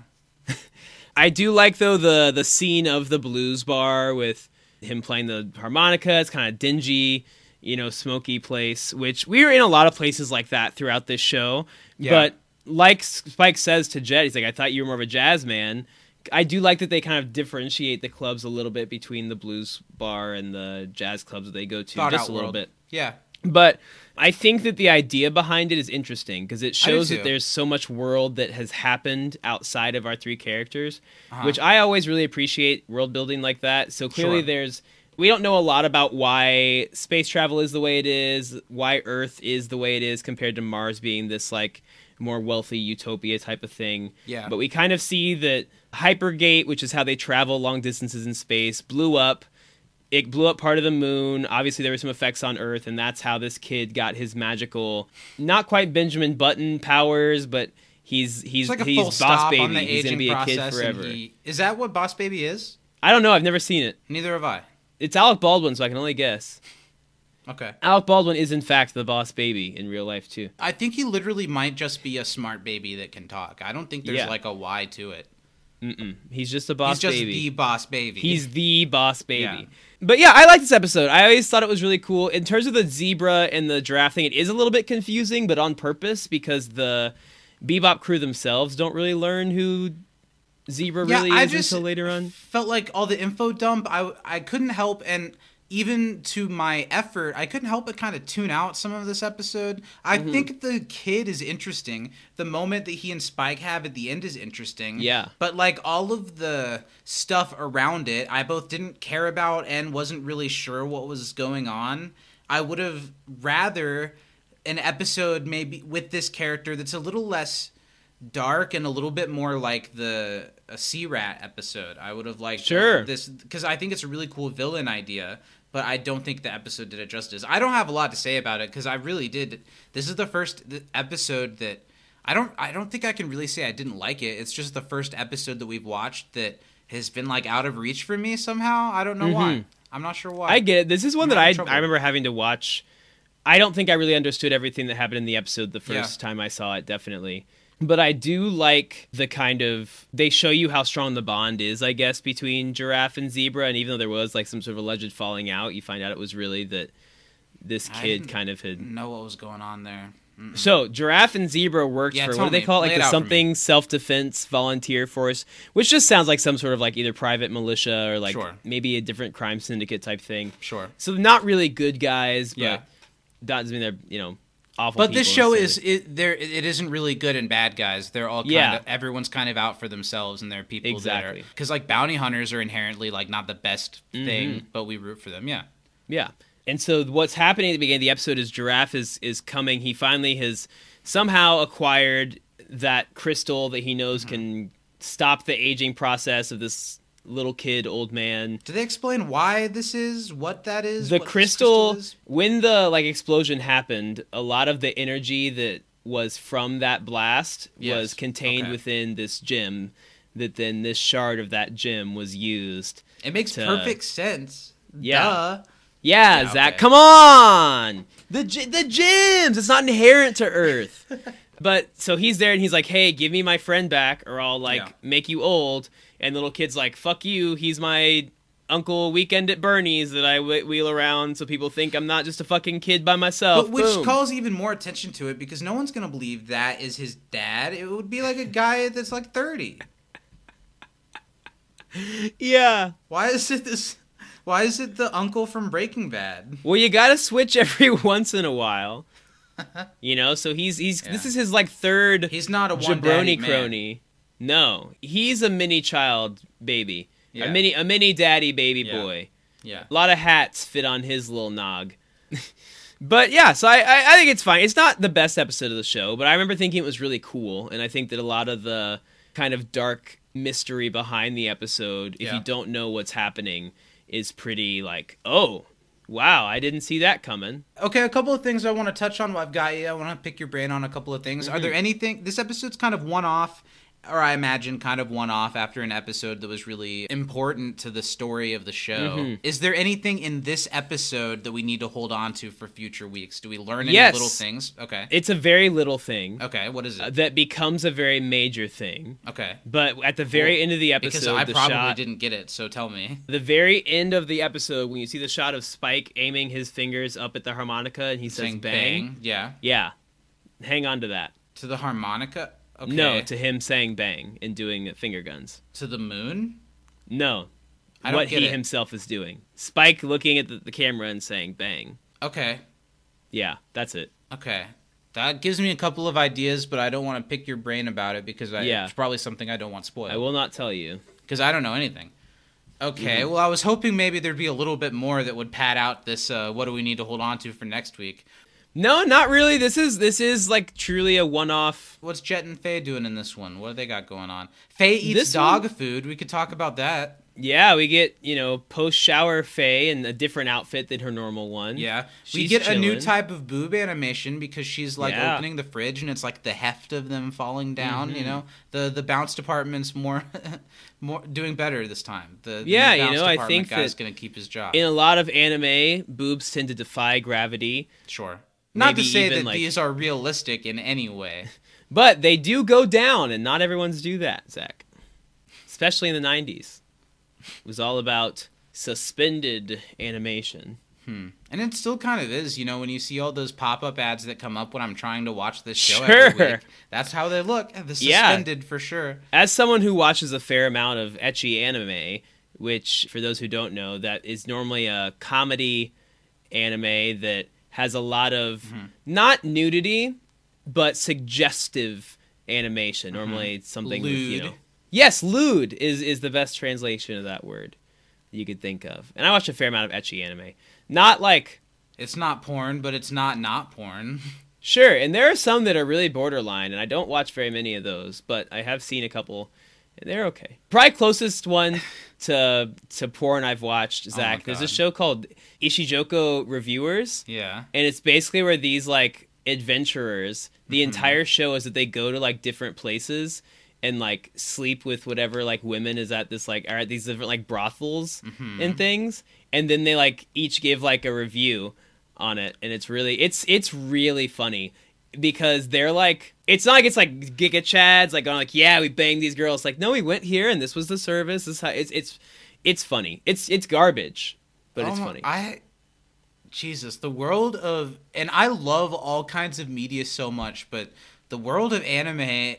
[SPEAKER 4] I do like though the the scene of the blues bar with him playing the harmonica. It's kind of dingy, you know, smoky place. Which we were in a lot of places like that throughout this show.
[SPEAKER 3] Yeah.
[SPEAKER 4] But like Spike says to Jet, he's like, "I thought you were more of a jazz man." I do like that they kind of differentiate the clubs a little bit between the blues bar and the jazz clubs that they go to,
[SPEAKER 3] Thought
[SPEAKER 4] just
[SPEAKER 3] Out
[SPEAKER 4] a little
[SPEAKER 3] World.
[SPEAKER 4] bit.
[SPEAKER 3] Yeah.
[SPEAKER 4] But I think that the idea behind it is interesting because it
[SPEAKER 3] do
[SPEAKER 4] shows
[SPEAKER 3] too.
[SPEAKER 4] that there's so much world that has happened outside of our three characters,
[SPEAKER 3] Uh-huh.
[SPEAKER 4] which I always really appreciate world building like that. So clearly,
[SPEAKER 3] Sure.
[SPEAKER 4] there's we don't know a lot about why space travel is the way it is, why Earth is the way it is compared to Mars being this like more wealthy utopia type of thing.
[SPEAKER 3] Yeah.
[SPEAKER 4] But we kind of see that Hypergate, which is how they travel long distances in space, blew up it blew up part of the moon. Obviously, there were some effects on Earth, and that's how this kid got his magical, not quite Benjamin Button powers, but he's he's
[SPEAKER 3] It's like a
[SPEAKER 4] he's
[SPEAKER 3] full
[SPEAKER 4] boss
[SPEAKER 3] stop
[SPEAKER 4] baby.
[SPEAKER 3] on the
[SPEAKER 4] he's gonna
[SPEAKER 3] aging
[SPEAKER 4] be a kid
[SPEAKER 3] process. and
[SPEAKER 4] forever.
[SPEAKER 3] he- is that what Boss Baby is?
[SPEAKER 4] I don't know. I've never seen it.
[SPEAKER 3] Neither have I.
[SPEAKER 4] It's Alec Baldwin, so I can only guess.
[SPEAKER 3] Okay.
[SPEAKER 4] Alec Baldwin is in fact the boss baby in real life too.
[SPEAKER 3] I think he literally might just be a smart baby that can talk. I don't think there's
[SPEAKER 4] Yeah.
[SPEAKER 3] like a why to it.
[SPEAKER 4] He's just a boss
[SPEAKER 3] He's just
[SPEAKER 4] baby.
[SPEAKER 3] the boss baby.
[SPEAKER 4] He's the boss baby.
[SPEAKER 3] Yeah.
[SPEAKER 4] But yeah, I like this episode. I always thought it was really cool. In terms of the zebra and the giraffe thing, it is a little bit confusing, but on purpose because the Bebop crew themselves don't really learn who zebra
[SPEAKER 3] Yeah,
[SPEAKER 4] really
[SPEAKER 3] I
[SPEAKER 4] is
[SPEAKER 3] just-
[SPEAKER 4] until later on.
[SPEAKER 3] felt like all the info dump. I I couldn't help and even to my effort, I couldn't help but kind of tune out some of this episode. I
[SPEAKER 4] Mm-hmm.
[SPEAKER 3] think the kid is interesting. The moment that he and Spike have at the end is interesting.
[SPEAKER 4] Yeah.
[SPEAKER 3] But like all of the stuff around it, I both didn't care about and wasn't really sure what was going on. I would have rather an episode maybe with this character that's a little less dark and a little bit more like the a sea rat episode. I would have liked
[SPEAKER 4] Sure.
[SPEAKER 3] this because I think it's a really cool villain idea, but I don't think the episode did it justice. I don't have a lot to say about it because I really did. This is the first th- episode that I don't. I don't think I can really say I didn't like it. It's just the first episode that we've watched that has been like out of reach for me somehow. I don't know why. I'm not sure why.
[SPEAKER 4] Mm-hmm. I get it. This is one
[SPEAKER 3] I'm
[SPEAKER 4] that I
[SPEAKER 3] having trouble.
[SPEAKER 4] I remember having to watch. I don't think I really understood everything that happened in the episode the
[SPEAKER 3] Yeah.
[SPEAKER 4] first time I saw it, definitely. But I do like the kind of they show you how strong the bond is, I guess, between giraffe and zebra. And even though there was like some sort of alleged falling out, you find out it was really that this
[SPEAKER 3] I
[SPEAKER 4] kid
[SPEAKER 3] didn't
[SPEAKER 4] kind of had.
[SPEAKER 3] know what was going on there. Mm.
[SPEAKER 4] So giraffe and zebra worked
[SPEAKER 3] Yeah,
[SPEAKER 4] for
[SPEAKER 3] tell
[SPEAKER 4] what do they
[SPEAKER 3] me.
[SPEAKER 4] call it?
[SPEAKER 3] Lay
[SPEAKER 4] Like
[SPEAKER 3] it
[SPEAKER 4] the
[SPEAKER 3] out for me.
[SPEAKER 4] something self defense volunteer force, which just sounds like some sort of like either private militia or like
[SPEAKER 3] Sure.
[SPEAKER 4] maybe a different crime syndicate type thing.
[SPEAKER 3] Sure.
[SPEAKER 4] So not really good guys, but
[SPEAKER 3] Yeah.
[SPEAKER 4] that doesn't mean they're you know awful.
[SPEAKER 3] But this
[SPEAKER 4] people
[SPEAKER 3] show is it, there. It isn't really good and bad guys. They're all kind
[SPEAKER 4] Yeah.
[SPEAKER 3] of everyone's kind of out for themselves, and there are people
[SPEAKER 4] Exactly. Mm-hmm.
[SPEAKER 3] that are because like bounty hunters are inherently like not the best thing, but we root for them. Yeah,
[SPEAKER 4] necessarily. yeah. And so what's happening at the beginning of the episode is Giraffe is is coming. He finally has somehow acquired that crystal that he knows
[SPEAKER 3] Mm-hmm.
[SPEAKER 4] can stop the aging process of this little kid, old man.
[SPEAKER 3] do they explain why this is, what that is?
[SPEAKER 4] the
[SPEAKER 3] what this
[SPEAKER 4] crystal,
[SPEAKER 3] is?
[SPEAKER 4] when the like explosion happened a lot of the energy that was from that blast
[SPEAKER 3] Yes,
[SPEAKER 4] was contained
[SPEAKER 3] okay.
[SPEAKER 4] within this gem that then this shard of that gem was used
[SPEAKER 3] It makes
[SPEAKER 4] to-
[SPEAKER 3] perfect sense.
[SPEAKER 4] Yeah.
[SPEAKER 3] Duh.
[SPEAKER 4] yeah,
[SPEAKER 3] Yeah,
[SPEAKER 4] Zach,
[SPEAKER 3] okay.
[SPEAKER 4] come on. The gy- the gyms, it's not inherent to
[SPEAKER 3] (laughs)
[SPEAKER 4] Earth. but so he's there and he's like, "Hey, give me my friend back, or I'll like
[SPEAKER 3] Yeah.
[SPEAKER 4] make you old." And the little kid's like, "Fuck you. He's my uncle weekend at Bernie's that I whe- wheel around so people think I'm not just a fucking kid by myself."
[SPEAKER 3] But which
[SPEAKER 4] Boom.
[SPEAKER 3] calls even more attention to it because no one's gonna believe that is his dad. It would be like a guy that's like thirty.
[SPEAKER 4] yeah.
[SPEAKER 3] Why is it this? Why is it the uncle from Breaking Bad?
[SPEAKER 4] Well, you got to switch (laughs) every once in a while.
[SPEAKER 3] (laughs)
[SPEAKER 4] You know, so he's he's
[SPEAKER 3] Yeah.
[SPEAKER 4] this is his like third
[SPEAKER 3] He's not a one
[SPEAKER 4] jabroni
[SPEAKER 3] daddy man.
[SPEAKER 4] crony. No, he's a mini child baby,
[SPEAKER 3] Yeah.
[SPEAKER 4] a mini a mini daddy baby
[SPEAKER 3] Yeah.
[SPEAKER 4] boy.
[SPEAKER 3] Yeah.
[SPEAKER 4] A lot of hats fit on his little nog. (laughs) but yeah, so I, I I think it's fine. It's not the best episode of the show, but I remember thinking it was really cool, and I think that a lot of the kind of dark mystery behind the episode, if
[SPEAKER 3] Yeah.
[SPEAKER 4] you don't know what's happening, is pretty like oh. Wow, I didn't see that coming.
[SPEAKER 3] Okay, a couple of things I want to touch on. while I've got you. I want to pick your brain on a couple of things.
[SPEAKER 4] Mm-hmm.
[SPEAKER 3] Are there anything? This episode's kind of one off, or I imagine kind of one off after an episode that was really important to the story of the show.
[SPEAKER 4] Mm-hmm.
[SPEAKER 3] Is there anything in this episode that we need to hold on to for future weeks? Do we learn any
[SPEAKER 4] Yes.
[SPEAKER 3] little things? Okay.
[SPEAKER 4] It's a very little thing
[SPEAKER 3] okay, what is
[SPEAKER 4] uh,
[SPEAKER 3] it?
[SPEAKER 4] that becomes a very major thing.
[SPEAKER 3] Okay.
[SPEAKER 4] But at the very
[SPEAKER 3] Cool.
[SPEAKER 4] end of the episode,
[SPEAKER 3] Because I
[SPEAKER 4] the
[SPEAKER 3] probably
[SPEAKER 4] shot,
[SPEAKER 3] didn't get it, so tell me.
[SPEAKER 4] the very end of the episode when you see the shot of Spike aiming his fingers up at the harmonica and he says
[SPEAKER 3] Saying
[SPEAKER 4] bang.
[SPEAKER 3] bang. Yeah.
[SPEAKER 4] Yeah. Hang on to that.
[SPEAKER 3] To the harmonica? Okay.
[SPEAKER 4] No, to
[SPEAKER 3] to,
[SPEAKER 4] him saying bang and doing the finger guns.
[SPEAKER 3] the moon?
[SPEAKER 4] No.
[SPEAKER 3] I don't
[SPEAKER 4] what
[SPEAKER 3] get
[SPEAKER 4] he
[SPEAKER 3] it.
[SPEAKER 4] himself is doing. Spike looking at the, the camera and saying bang.
[SPEAKER 3] Okay.
[SPEAKER 4] Yeah, that's it.
[SPEAKER 3] Okay. That gives me a couple of ideas, but I don't want to pick your brain about it because I,
[SPEAKER 4] Yeah.
[SPEAKER 3] it's probably something I don't want
[SPEAKER 4] I
[SPEAKER 3] spoiled
[SPEAKER 4] will Mm-hmm. not tell you.
[SPEAKER 3] because I don't know anything. Okay, well, I was hoping maybe there'd be a little bit more that would pad out this. Uh, what do we need to hold on to for next week?
[SPEAKER 4] No, not really. This is this is like truly a one-off.
[SPEAKER 3] What's Jet and Faye doing in this one? What do they got going on? Faye eats
[SPEAKER 4] This
[SPEAKER 3] dog
[SPEAKER 4] one-
[SPEAKER 3] food. We could talk about that.
[SPEAKER 4] Yeah, we get, you know, post-shower Faye in a different outfit than her normal one.
[SPEAKER 3] Yeah, we
[SPEAKER 4] She's
[SPEAKER 3] get a new
[SPEAKER 4] chilling.
[SPEAKER 3] type of boob animation because she's like
[SPEAKER 4] Yeah. Mm-hmm.
[SPEAKER 3] opening the fridge and it's like the heft of them falling down. You know, the the bounce department's more (laughs) more doing better this time. The, the
[SPEAKER 4] Yeah,
[SPEAKER 3] new
[SPEAKER 4] you
[SPEAKER 3] bounce
[SPEAKER 4] know, I
[SPEAKER 3] department
[SPEAKER 4] think
[SPEAKER 3] guy's
[SPEAKER 4] that
[SPEAKER 3] gonna keep his job.
[SPEAKER 4] In a lot of anime, boobs tend to defy gravity.
[SPEAKER 3] sure, not to
[SPEAKER 4] maybe
[SPEAKER 3] say
[SPEAKER 4] even,
[SPEAKER 3] that
[SPEAKER 4] like-
[SPEAKER 3] these are realistic in any way.
[SPEAKER 4] But they do go down, and not everyone's do that, Zach. Especially in the 90s. It was all about suspended animation.
[SPEAKER 3] And it still kind of is, you know, when you see all those pop up ads that come up when I'm trying to watch this show every
[SPEAKER 4] Sure.
[SPEAKER 3] week. That's how they look. The
[SPEAKER 4] Yeah.
[SPEAKER 3] suspended for sure.
[SPEAKER 4] As someone who watches a fair amount of etchy anime, which, for those who don't know, that is normally a comedy anime that has a lot of not nudity, but suggestive animation. Normally, it's something with, you
[SPEAKER 3] Lewd.
[SPEAKER 4] know. Yes, lewd is is the best translation of that word you could think of. And I watch a fair amount of etchy anime. Not like
[SPEAKER 3] It's not porn, but it's not not porn. (laughs)
[SPEAKER 4] sure, and there are some that are really borderline, and I don't watch very many of those, but I have seen a couple, and they're okay. Probably closest one to to porn I've watched, Zach. There's a
[SPEAKER 3] God.
[SPEAKER 4] show called Ishijoko Reviewers.
[SPEAKER 3] Yeah.
[SPEAKER 4] and it's basically where these like adventurers the
[SPEAKER 3] Mm-hmm.
[SPEAKER 4] entire show is that they go to like different places and like sleep with whatever like women is at this like are at these different like brothels
[SPEAKER 3] Mm-hmm.
[SPEAKER 4] and things and then they like each give like a review on it and it's really it's it's really funny because they're like it's not like it's like giga chads like going like yeah we banged these girls like no we went here and this was the service this is how it's it's it's funny it's it's garbage but it's
[SPEAKER 3] Oh my-
[SPEAKER 4] funny
[SPEAKER 3] I Jesus, the world of and I love all kinds of media so much, but the world of anime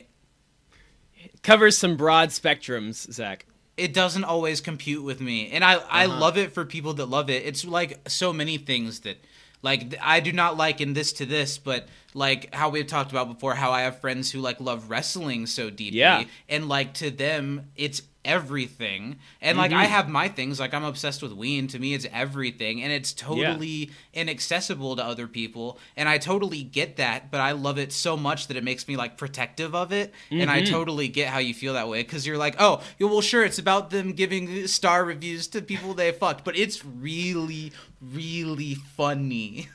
[SPEAKER 4] covers some broad spectrums, Zach.
[SPEAKER 3] it doesn't always compute with me. And I I
[SPEAKER 4] Uh-huh.
[SPEAKER 3] love it for people that love it. It's like so many things that like th- I do not like in this to this, but like how we've talked about before how I have friends who like love wrestling so deeply
[SPEAKER 4] Yeah.
[SPEAKER 3] and like to them it's everything. And like
[SPEAKER 4] Mm-hmm.
[SPEAKER 3] I have my things like I'm obsessed with Ween, to me it's everything and it's totally inaccessible to other people and i totally get that but i love it so much that it makes me like protective of it and
[SPEAKER 4] Mm-hmm.
[SPEAKER 3] i totally get how you feel that way because you're like oh yeah, well sure it's about them giving star reviews to people they fucked but it's really really funny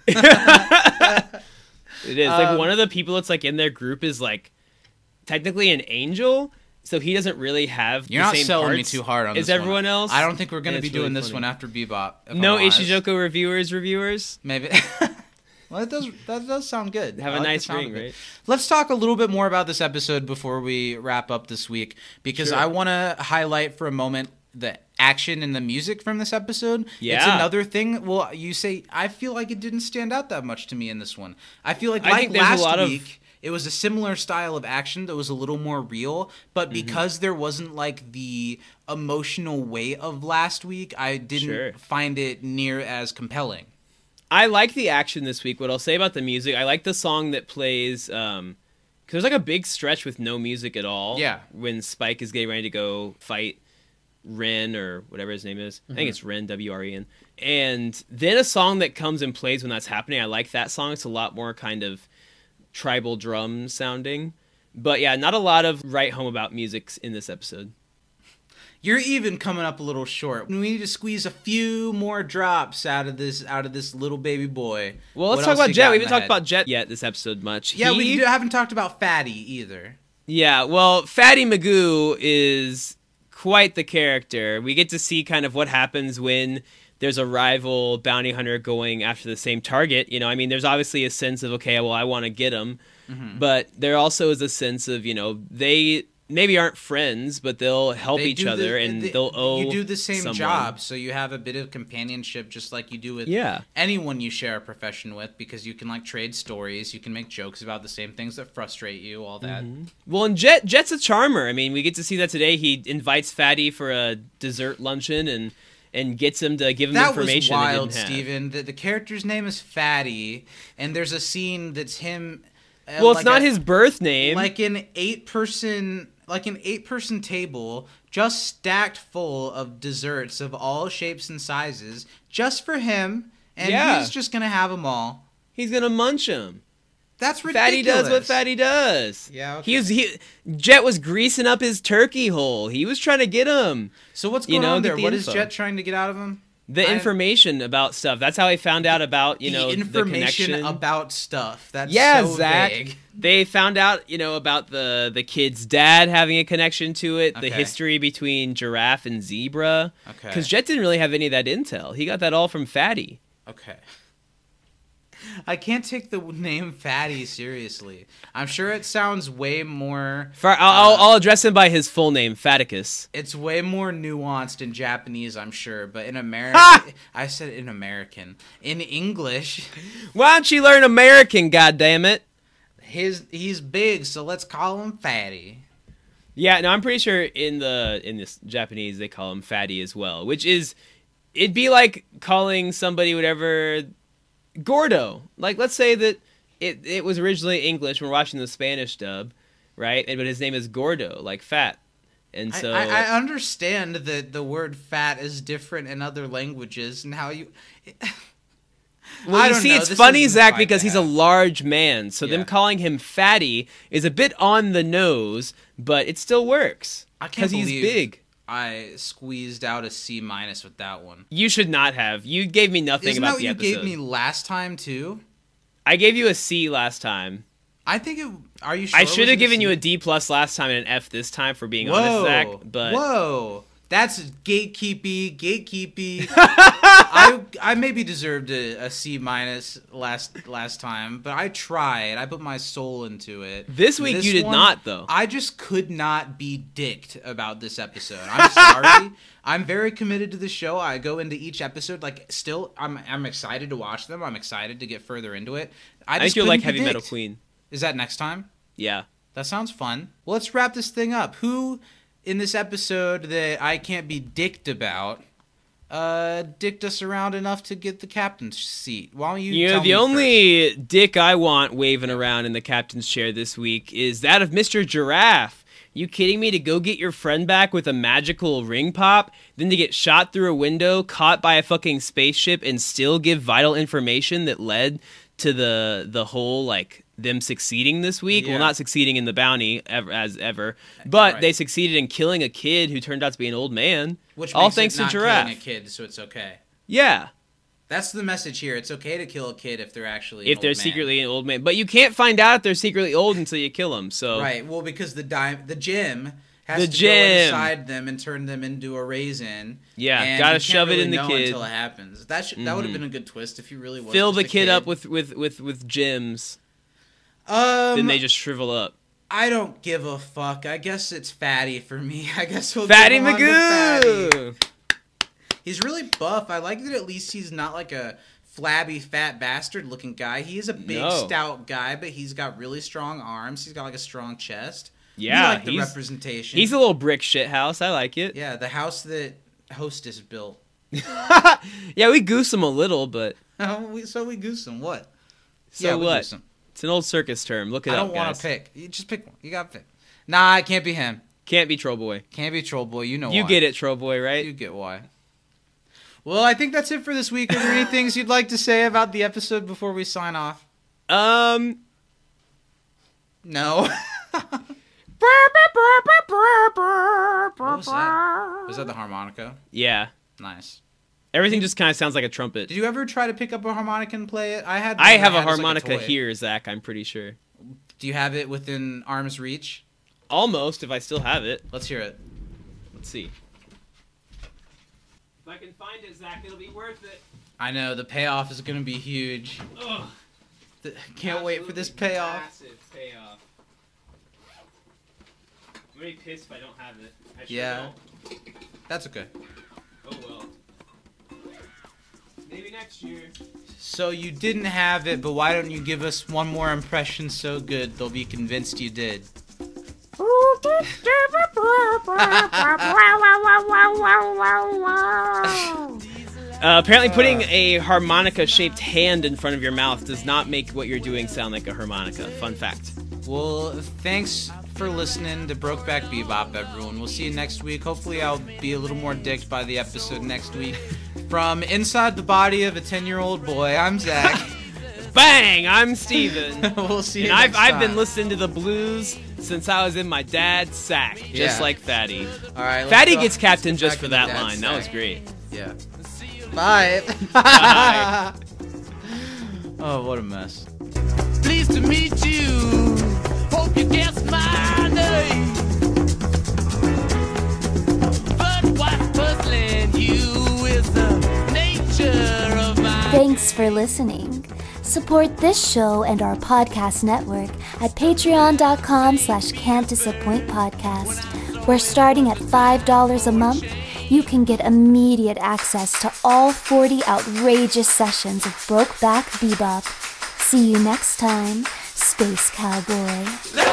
[SPEAKER 4] It is like one of the people that's like in their group is like technically an angel, so he doesn't really have.
[SPEAKER 3] you're
[SPEAKER 4] the
[SPEAKER 3] not
[SPEAKER 4] same
[SPEAKER 3] selling me
[SPEAKER 4] parts
[SPEAKER 3] too hard on
[SPEAKER 4] as
[SPEAKER 3] this one.
[SPEAKER 4] everyone else.
[SPEAKER 3] i don't think we're going to
[SPEAKER 4] and
[SPEAKER 3] be
[SPEAKER 4] it's
[SPEAKER 3] doing
[SPEAKER 4] really
[SPEAKER 3] this
[SPEAKER 4] funny.
[SPEAKER 3] one after bebop if
[SPEAKER 4] No
[SPEAKER 3] I'm honest.
[SPEAKER 4] Ishijoko reviewers, reviewers.
[SPEAKER 3] Maybe. (laughs) well, that does that does sound good.
[SPEAKER 4] Have a
[SPEAKER 3] a
[SPEAKER 4] nice ring, right?
[SPEAKER 3] Let's talk a little bit more about this episode before we wrap up this week because
[SPEAKER 4] Sure.
[SPEAKER 3] I want to highlight for a moment the action and the music from this episode. It's
[SPEAKER 4] Yeah.
[SPEAKER 3] another thing. Well, you say I feel like it didn't stand out that much to me in this one. I feel like
[SPEAKER 4] I
[SPEAKER 3] like
[SPEAKER 4] think there's a
[SPEAKER 3] last
[SPEAKER 4] lot of-
[SPEAKER 3] week it was a similar style of action that was a little more real but
[SPEAKER 4] Mm-hmm.
[SPEAKER 3] because there wasn't like the emotional weight of last week i didn't
[SPEAKER 4] Sure.
[SPEAKER 3] find it near as compelling
[SPEAKER 4] I like the action this week. What I'll say about the music, I like the song that plays um, Because there's like a big stretch with no music at all.
[SPEAKER 3] Yeah.
[SPEAKER 4] When Spike is getting ready to go fight Ren or whatever his name is.
[SPEAKER 3] Mm-hmm.
[SPEAKER 4] I think it's Ren, W R E N. And then a song that comes and plays when that's happening. I like that song. It's a lot more kind of tribal drum sounding. But yeah, not a lot of write home about musics in this episode.
[SPEAKER 3] You're even coming up a little short. We need to squeeze a few more drops out of this out of this little baby boy.
[SPEAKER 4] Well, let's
[SPEAKER 3] What
[SPEAKER 4] talk
[SPEAKER 3] else
[SPEAKER 4] about
[SPEAKER 3] you got
[SPEAKER 4] Jet. We
[SPEAKER 3] in
[SPEAKER 4] haven't
[SPEAKER 3] the
[SPEAKER 4] talked
[SPEAKER 3] head?
[SPEAKER 4] about Jet yet this episode much.
[SPEAKER 3] Yeah,
[SPEAKER 4] He-
[SPEAKER 3] we haven't talked about Fatty either.
[SPEAKER 4] Yeah, well, Fatty Magoo is quite the character. We get to see kind of what happens when there's a rival bounty hunter going after the same target. You know, I mean, there's obviously a sense of, okay, well, I want to get him.
[SPEAKER 3] Mm-hmm.
[SPEAKER 4] But there also is a sense of, you know, they maybe aren't friends, but they'll help
[SPEAKER 3] They
[SPEAKER 4] each
[SPEAKER 3] do the-
[SPEAKER 4] other and
[SPEAKER 3] the-
[SPEAKER 4] they'll owe
[SPEAKER 3] you do the same
[SPEAKER 4] someone.
[SPEAKER 3] job, so you have a bit of companionship, just like you do with
[SPEAKER 4] Yeah.
[SPEAKER 3] anyone you share a profession with, because you can like trade stories, you can make jokes about the same things that frustrate you, all that.
[SPEAKER 4] Well, and Jet Jet's a charmer. I mean, we get to see that today. He invites Fatty for a dessert luncheon and and gets him to give him
[SPEAKER 3] That was
[SPEAKER 4] information. he
[SPEAKER 3] wild,
[SPEAKER 4] didn't have.
[SPEAKER 3] Steven. The, the character's name is Fatty, and there's a scene that's him. uh,
[SPEAKER 4] Well, it's
[SPEAKER 3] like
[SPEAKER 4] not
[SPEAKER 3] a-
[SPEAKER 4] his birth name.
[SPEAKER 3] like an eight person like an eight person table just stacked full of desserts of all shapes and sizes just for him and
[SPEAKER 4] Yeah.
[SPEAKER 3] he's just gonna have them all
[SPEAKER 4] He's gonna munch him.
[SPEAKER 3] that's ridiculous
[SPEAKER 4] Fatty does what Fatty does.
[SPEAKER 3] Yeah,
[SPEAKER 4] He was he. Jet was greasing up his turkey hole. He was trying to get him
[SPEAKER 3] so what's
[SPEAKER 4] you
[SPEAKER 3] going
[SPEAKER 4] know,
[SPEAKER 3] on
[SPEAKER 4] get
[SPEAKER 3] there
[SPEAKER 4] the
[SPEAKER 3] What is
[SPEAKER 4] info.
[SPEAKER 3] jet trying to get out of him
[SPEAKER 4] the
[SPEAKER 3] I-
[SPEAKER 4] information about stuff. That's how he found out about you know
[SPEAKER 3] the information
[SPEAKER 4] connection.
[SPEAKER 3] about stuff that's
[SPEAKER 4] yeah,
[SPEAKER 3] so
[SPEAKER 4] Zach.
[SPEAKER 3] vague.
[SPEAKER 4] They found out you know about the the kid's dad having a connection to it. The
[SPEAKER 3] Okay.
[SPEAKER 4] history between giraffe and zebra.
[SPEAKER 3] Okay.
[SPEAKER 4] Because Jet didn't really have any of that intel. He got that all from Fatty.
[SPEAKER 3] Okay. I can't take the (laughs) name Fatty seriously. I'm sure it sounds way more
[SPEAKER 4] For,
[SPEAKER 3] Uh,
[SPEAKER 4] I'll, I'll, I'll address him by his full name, Faticus.
[SPEAKER 3] It's way more nuanced in Japanese, I'm sure, but in
[SPEAKER 4] Ha!
[SPEAKER 3] American, I said in American, in English,
[SPEAKER 4] Why don't you learn American? God damn it.
[SPEAKER 3] his he's big, so let's call him Fatty.
[SPEAKER 4] Yeah, no, I'm pretty sure in the in this Japanese they call him fatty as well, which is it'd be like calling somebody whatever Gordo. Like let's say that it it was originally English. We're watching the Spanish dub, right? And but his name is Gordo, like fat, and
[SPEAKER 3] I-
[SPEAKER 4] so
[SPEAKER 3] I, I understand that the word "fat" is different in other languages, and how you. (laughs)
[SPEAKER 4] well,
[SPEAKER 3] I
[SPEAKER 4] you
[SPEAKER 3] don't
[SPEAKER 4] see,
[SPEAKER 3] know,
[SPEAKER 4] it's
[SPEAKER 3] this
[SPEAKER 4] funny
[SPEAKER 3] isn't a
[SPEAKER 4] Zach
[SPEAKER 3] fight
[SPEAKER 4] because
[SPEAKER 3] to
[SPEAKER 4] he's a
[SPEAKER 3] have.
[SPEAKER 4] large man, so
[SPEAKER 3] Yeah.
[SPEAKER 4] them calling him fatty is a bit on the nose, but it still works
[SPEAKER 3] I can't
[SPEAKER 4] he's
[SPEAKER 3] believe
[SPEAKER 4] big.
[SPEAKER 3] I squeezed out a C minus with that one.
[SPEAKER 4] You should not have. You gave me nothing
[SPEAKER 3] Isn't
[SPEAKER 4] about
[SPEAKER 3] that what
[SPEAKER 4] the
[SPEAKER 3] you
[SPEAKER 4] episode.
[SPEAKER 3] gave me last time too?
[SPEAKER 4] I gave you a C last time.
[SPEAKER 3] I think it. Are you? sure
[SPEAKER 4] I
[SPEAKER 3] it
[SPEAKER 4] should
[SPEAKER 3] was
[SPEAKER 4] have
[SPEAKER 3] a
[SPEAKER 4] given
[SPEAKER 3] C?
[SPEAKER 4] you a D plus last time and an F this time for being honest, Zach. But
[SPEAKER 3] whoa, that's gatekeepy,
[SPEAKER 4] (laughs)
[SPEAKER 3] gatekeepy. I I maybe deserved a, a C minus last last time, but I tried. I put my soul into it.
[SPEAKER 4] This week you did not, though.
[SPEAKER 3] I just could not be dicked about this episode. I'm
[SPEAKER 4] (laughs)
[SPEAKER 3] sorry. I'm very committed to the show. I go into each episode like still. I'm I'm excited to watch them. I'm excited to get further into it. I
[SPEAKER 4] I
[SPEAKER 3] just
[SPEAKER 4] think you're like
[SPEAKER 3] couldn't
[SPEAKER 4] Heavy
[SPEAKER 3] be
[SPEAKER 4] Metal
[SPEAKER 3] dicked.
[SPEAKER 4] Queen.
[SPEAKER 3] Is that next time?
[SPEAKER 4] Yeah.
[SPEAKER 3] That sounds fun. Well, let's wrap this thing up. Who in this episode that I can't be dicked about uh dicked us around enough to get the captain's seat? Why don't you?
[SPEAKER 4] You know,
[SPEAKER 3] tell me
[SPEAKER 4] the only dick I want waving around in the captain's chair this week is that of Mr. Giraffe. You kidding me? To go get your friend back with a magical ring pop, then to get shot through a window, caught by a fucking spaceship, and still give vital information that led to the the whole like them succeeding this week.
[SPEAKER 3] Yeah.
[SPEAKER 4] Well, not succeeding in the bounty ever, as ever, but
[SPEAKER 3] Right.
[SPEAKER 4] they succeeded in killing a kid who turned out to be an old man.
[SPEAKER 3] Which
[SPEAKER 4] all
[SPEAKER 3] makes it
[SPEAKER 4] thanks
[SPEAKER 3] not
[SPEAKER 4] to
[SPEAKER 3] killing
[SPEAKER 4] Giraffe.
[SPEAKER 3] A kid, so it's okay.
[SPEAKER 4] Yeah.
[SPEAKER 3] That's the message here. It's okay to kill a kid if they're actually an
[SPEAKER 4] if
[SPEAKER 3] old
[SPEAKER 4] they're
[SPEAKER 3] man.
[SPEAKER 4] secretly an old man. But you can't find out if they're secretly old until you kill them. So
[SPEAKER 3] right. Well, because the dime, the gym has
[SPEAKER 4] The
[SPEAKER 3] to go
[SPEAKER 4] gym.
[SPEAKER 3] inside them and turn them into a raisin.
[SPEAKER 4] Yeah,
[SPEAKER 3] and
[SPEAKER 4] gotta
[SPEAKER 3] you can't
[SPEAKER 4] shove it
[SPEAKER 3] really
[SPEAKER 4] in the
[SPEAKER 3] know
[SPEAKER 4] kid. Mm-hmm.
[SPEAKER 3] until it happens. That should, that would have been a good twist if you really was
[SPEAKER 4] fill
[SPEAKER 3] just
[SPEAKER 4] the
[SPEAKER 3] a
[SPEAKER 4] kid, up with with with with gems,
[SPEAKER 3] um,
[SPEAKER 4] then they just shrivel up.
[SPEAKER 3] I don't give a fuck. I guess it's fatty for me. (laughs) I guess we'll
[SPEAKER 4] Fatty
[SPEAKER 3] give him on to Fatty.
[SPEAKER 4] Magoo.
[SPEAKER 3] He's really buff. I like that at least he's not like a flabby fat bastard looking guy. He is a big
[SPEAKER 4] No.
[SPEAKER 3] stout guy, but he's got really strong arms. He's got like a strong chest. We
[SPEAKER 4] Yeah,
[SPEAKER 3] like the
[SPEAKER 4] he's-
[SPEAKER 3] representation.
[SPEAKER 4] He's a little brick shit house. I like it. Yeah,
[SPEAKER 3] yeah, the house that Hostess built. (laughs)
[SPEAKER 4] we goose him a little, but
[SPEAKER 3] Oh, we, so we goose him. What?
[SPEAKER 4] so
[SPEAKER 3] yeah, we
[SPEAKER 4] what?
[SPEAKER 3] goose him.
[SPEAKER 4] It's an old circus term. Look it
[SPEAKER 3] I
[SPEAKER 4] up,
[SPEAKER 3] don't want
[SPEAKER 4] guys.
[SPEAKER 3] to pick. You just pick one. You got to pick. Nah, it can't be him.
[SPEAKER 4] Can't be Troll Boy.
[SPEAKER 3] Can't be Troll Boy. You know
[SPEAKER 4] You
[SPEAKER 3] why.
[SPEAKER 4] get it, Troll Boy, right?
[SPEAKER 3] You get why. Well, I think that's it for this week. Are there (laughs) any things you'd like to say about the episode before we sign off?
[SPEAKER 4] Um,
[SPEAKER 3] (laughs) No. what was that? Was that the harmonica?
[SPEAKER 4] yeah.
[SPEAKER 3] Nice.
[SPEAKER 4] Everything just kind of sounds like a trumpet.
[SPEAKER 3] Did you ever try to pick up a harmonica and play it? I had.
[SPEAKER 4] I
[SPEAKER 3] one that
[SPEAKER 4] have a
[SPEAKER 3] had just, like,
[SPEAKER 4] harmonica
[SPEAKER 3] toy.
[SPEAKER 4] here, Zach. I'm pretty sure.
[SPEAKER 3] Do you have it within arm's reach?
[SPEAKER 4] Almost, if I still have it.
[SPEAKER 3] Let's hear it.
[SPEAKER 4] Let's see. If I can find it, Zach, it'll be worth it.
[SPEAKER 3] I know the payoff is gonna be huge.
[SPEAKER 4] Ugh,
[SPEAKER 3] Th- Can't wait for this payoff.
[SPEAKER 4] payoff. I'm gonna be pissed if I don't have it. I sure
[SPEAKER 3] Yeah. That's okay.
[SPEAKER 4] Oh well. Maybe next year.
[SPEAKER 3] So you didn't have it, but why don't you give us one more impression so good they'll be convinced you did?
[SPEAKER 4] Uh, apparently, putting a harmonica shaped hand in front of your mouth does not make what you're doing sound like a harmonica. Fun fact.
[SPEAKER 3] Well, thanks for listening to Brokeback Bebop, everyone. We'll see you next week. Hopefully, I'll be a little more dicked by the episode next week. From inside the body of a ten-year-old boy, I'm
[SPEAKER 4] (laughs)
[SPEAKER 3] Zach. (laughs)
[SPEAKER 4] Bang! I'm Steven.
[SPEAKER 3] we'll see you.
[SPEAKER 4] And I've,
[SPEAKER 3] next
[SPEAKER 4] I've been
[SPEAKER 3] time.
[SPEAKER 4] listening to the blues since I was in my dad's sack, just
[SPEAKER 3] Yeah.
[SPEAKER 4] like Fatty.
[SPEAKER 3] All right. let's
[SPEAKER 4] Fatty
[SPEAKER 3] go.
[SPEAKER 4] gets captain just
[SPEAKER 3] Back
[SPEAKER 4] for
[SPEAKER 3] in
[SPEAKER 4] that
[SPEAKER 3] the dad's
[SPEAKER 4] line. That was
[SPEAKER 3] sack.
[SPEAKER 4] great.
[SPEAKER 3] Yeah. Bye.
[SPEAKER 4] Bye.
[SPEAKER 3] (laughs) oh, what a mess.
[SPEAKER 5] Pleased to meet you. Hope you guessed my name. But what's puzzling you is the nature of my.
[SPEAKER 1] Thanks for listening. Support this show and our podcast network at patreon.com slash can't disappoint podcast, where starting at $5 a month, you can get immediate access to all 40 outrageous sessions of Brokeback Bebop. See you next time, Space Cowboy.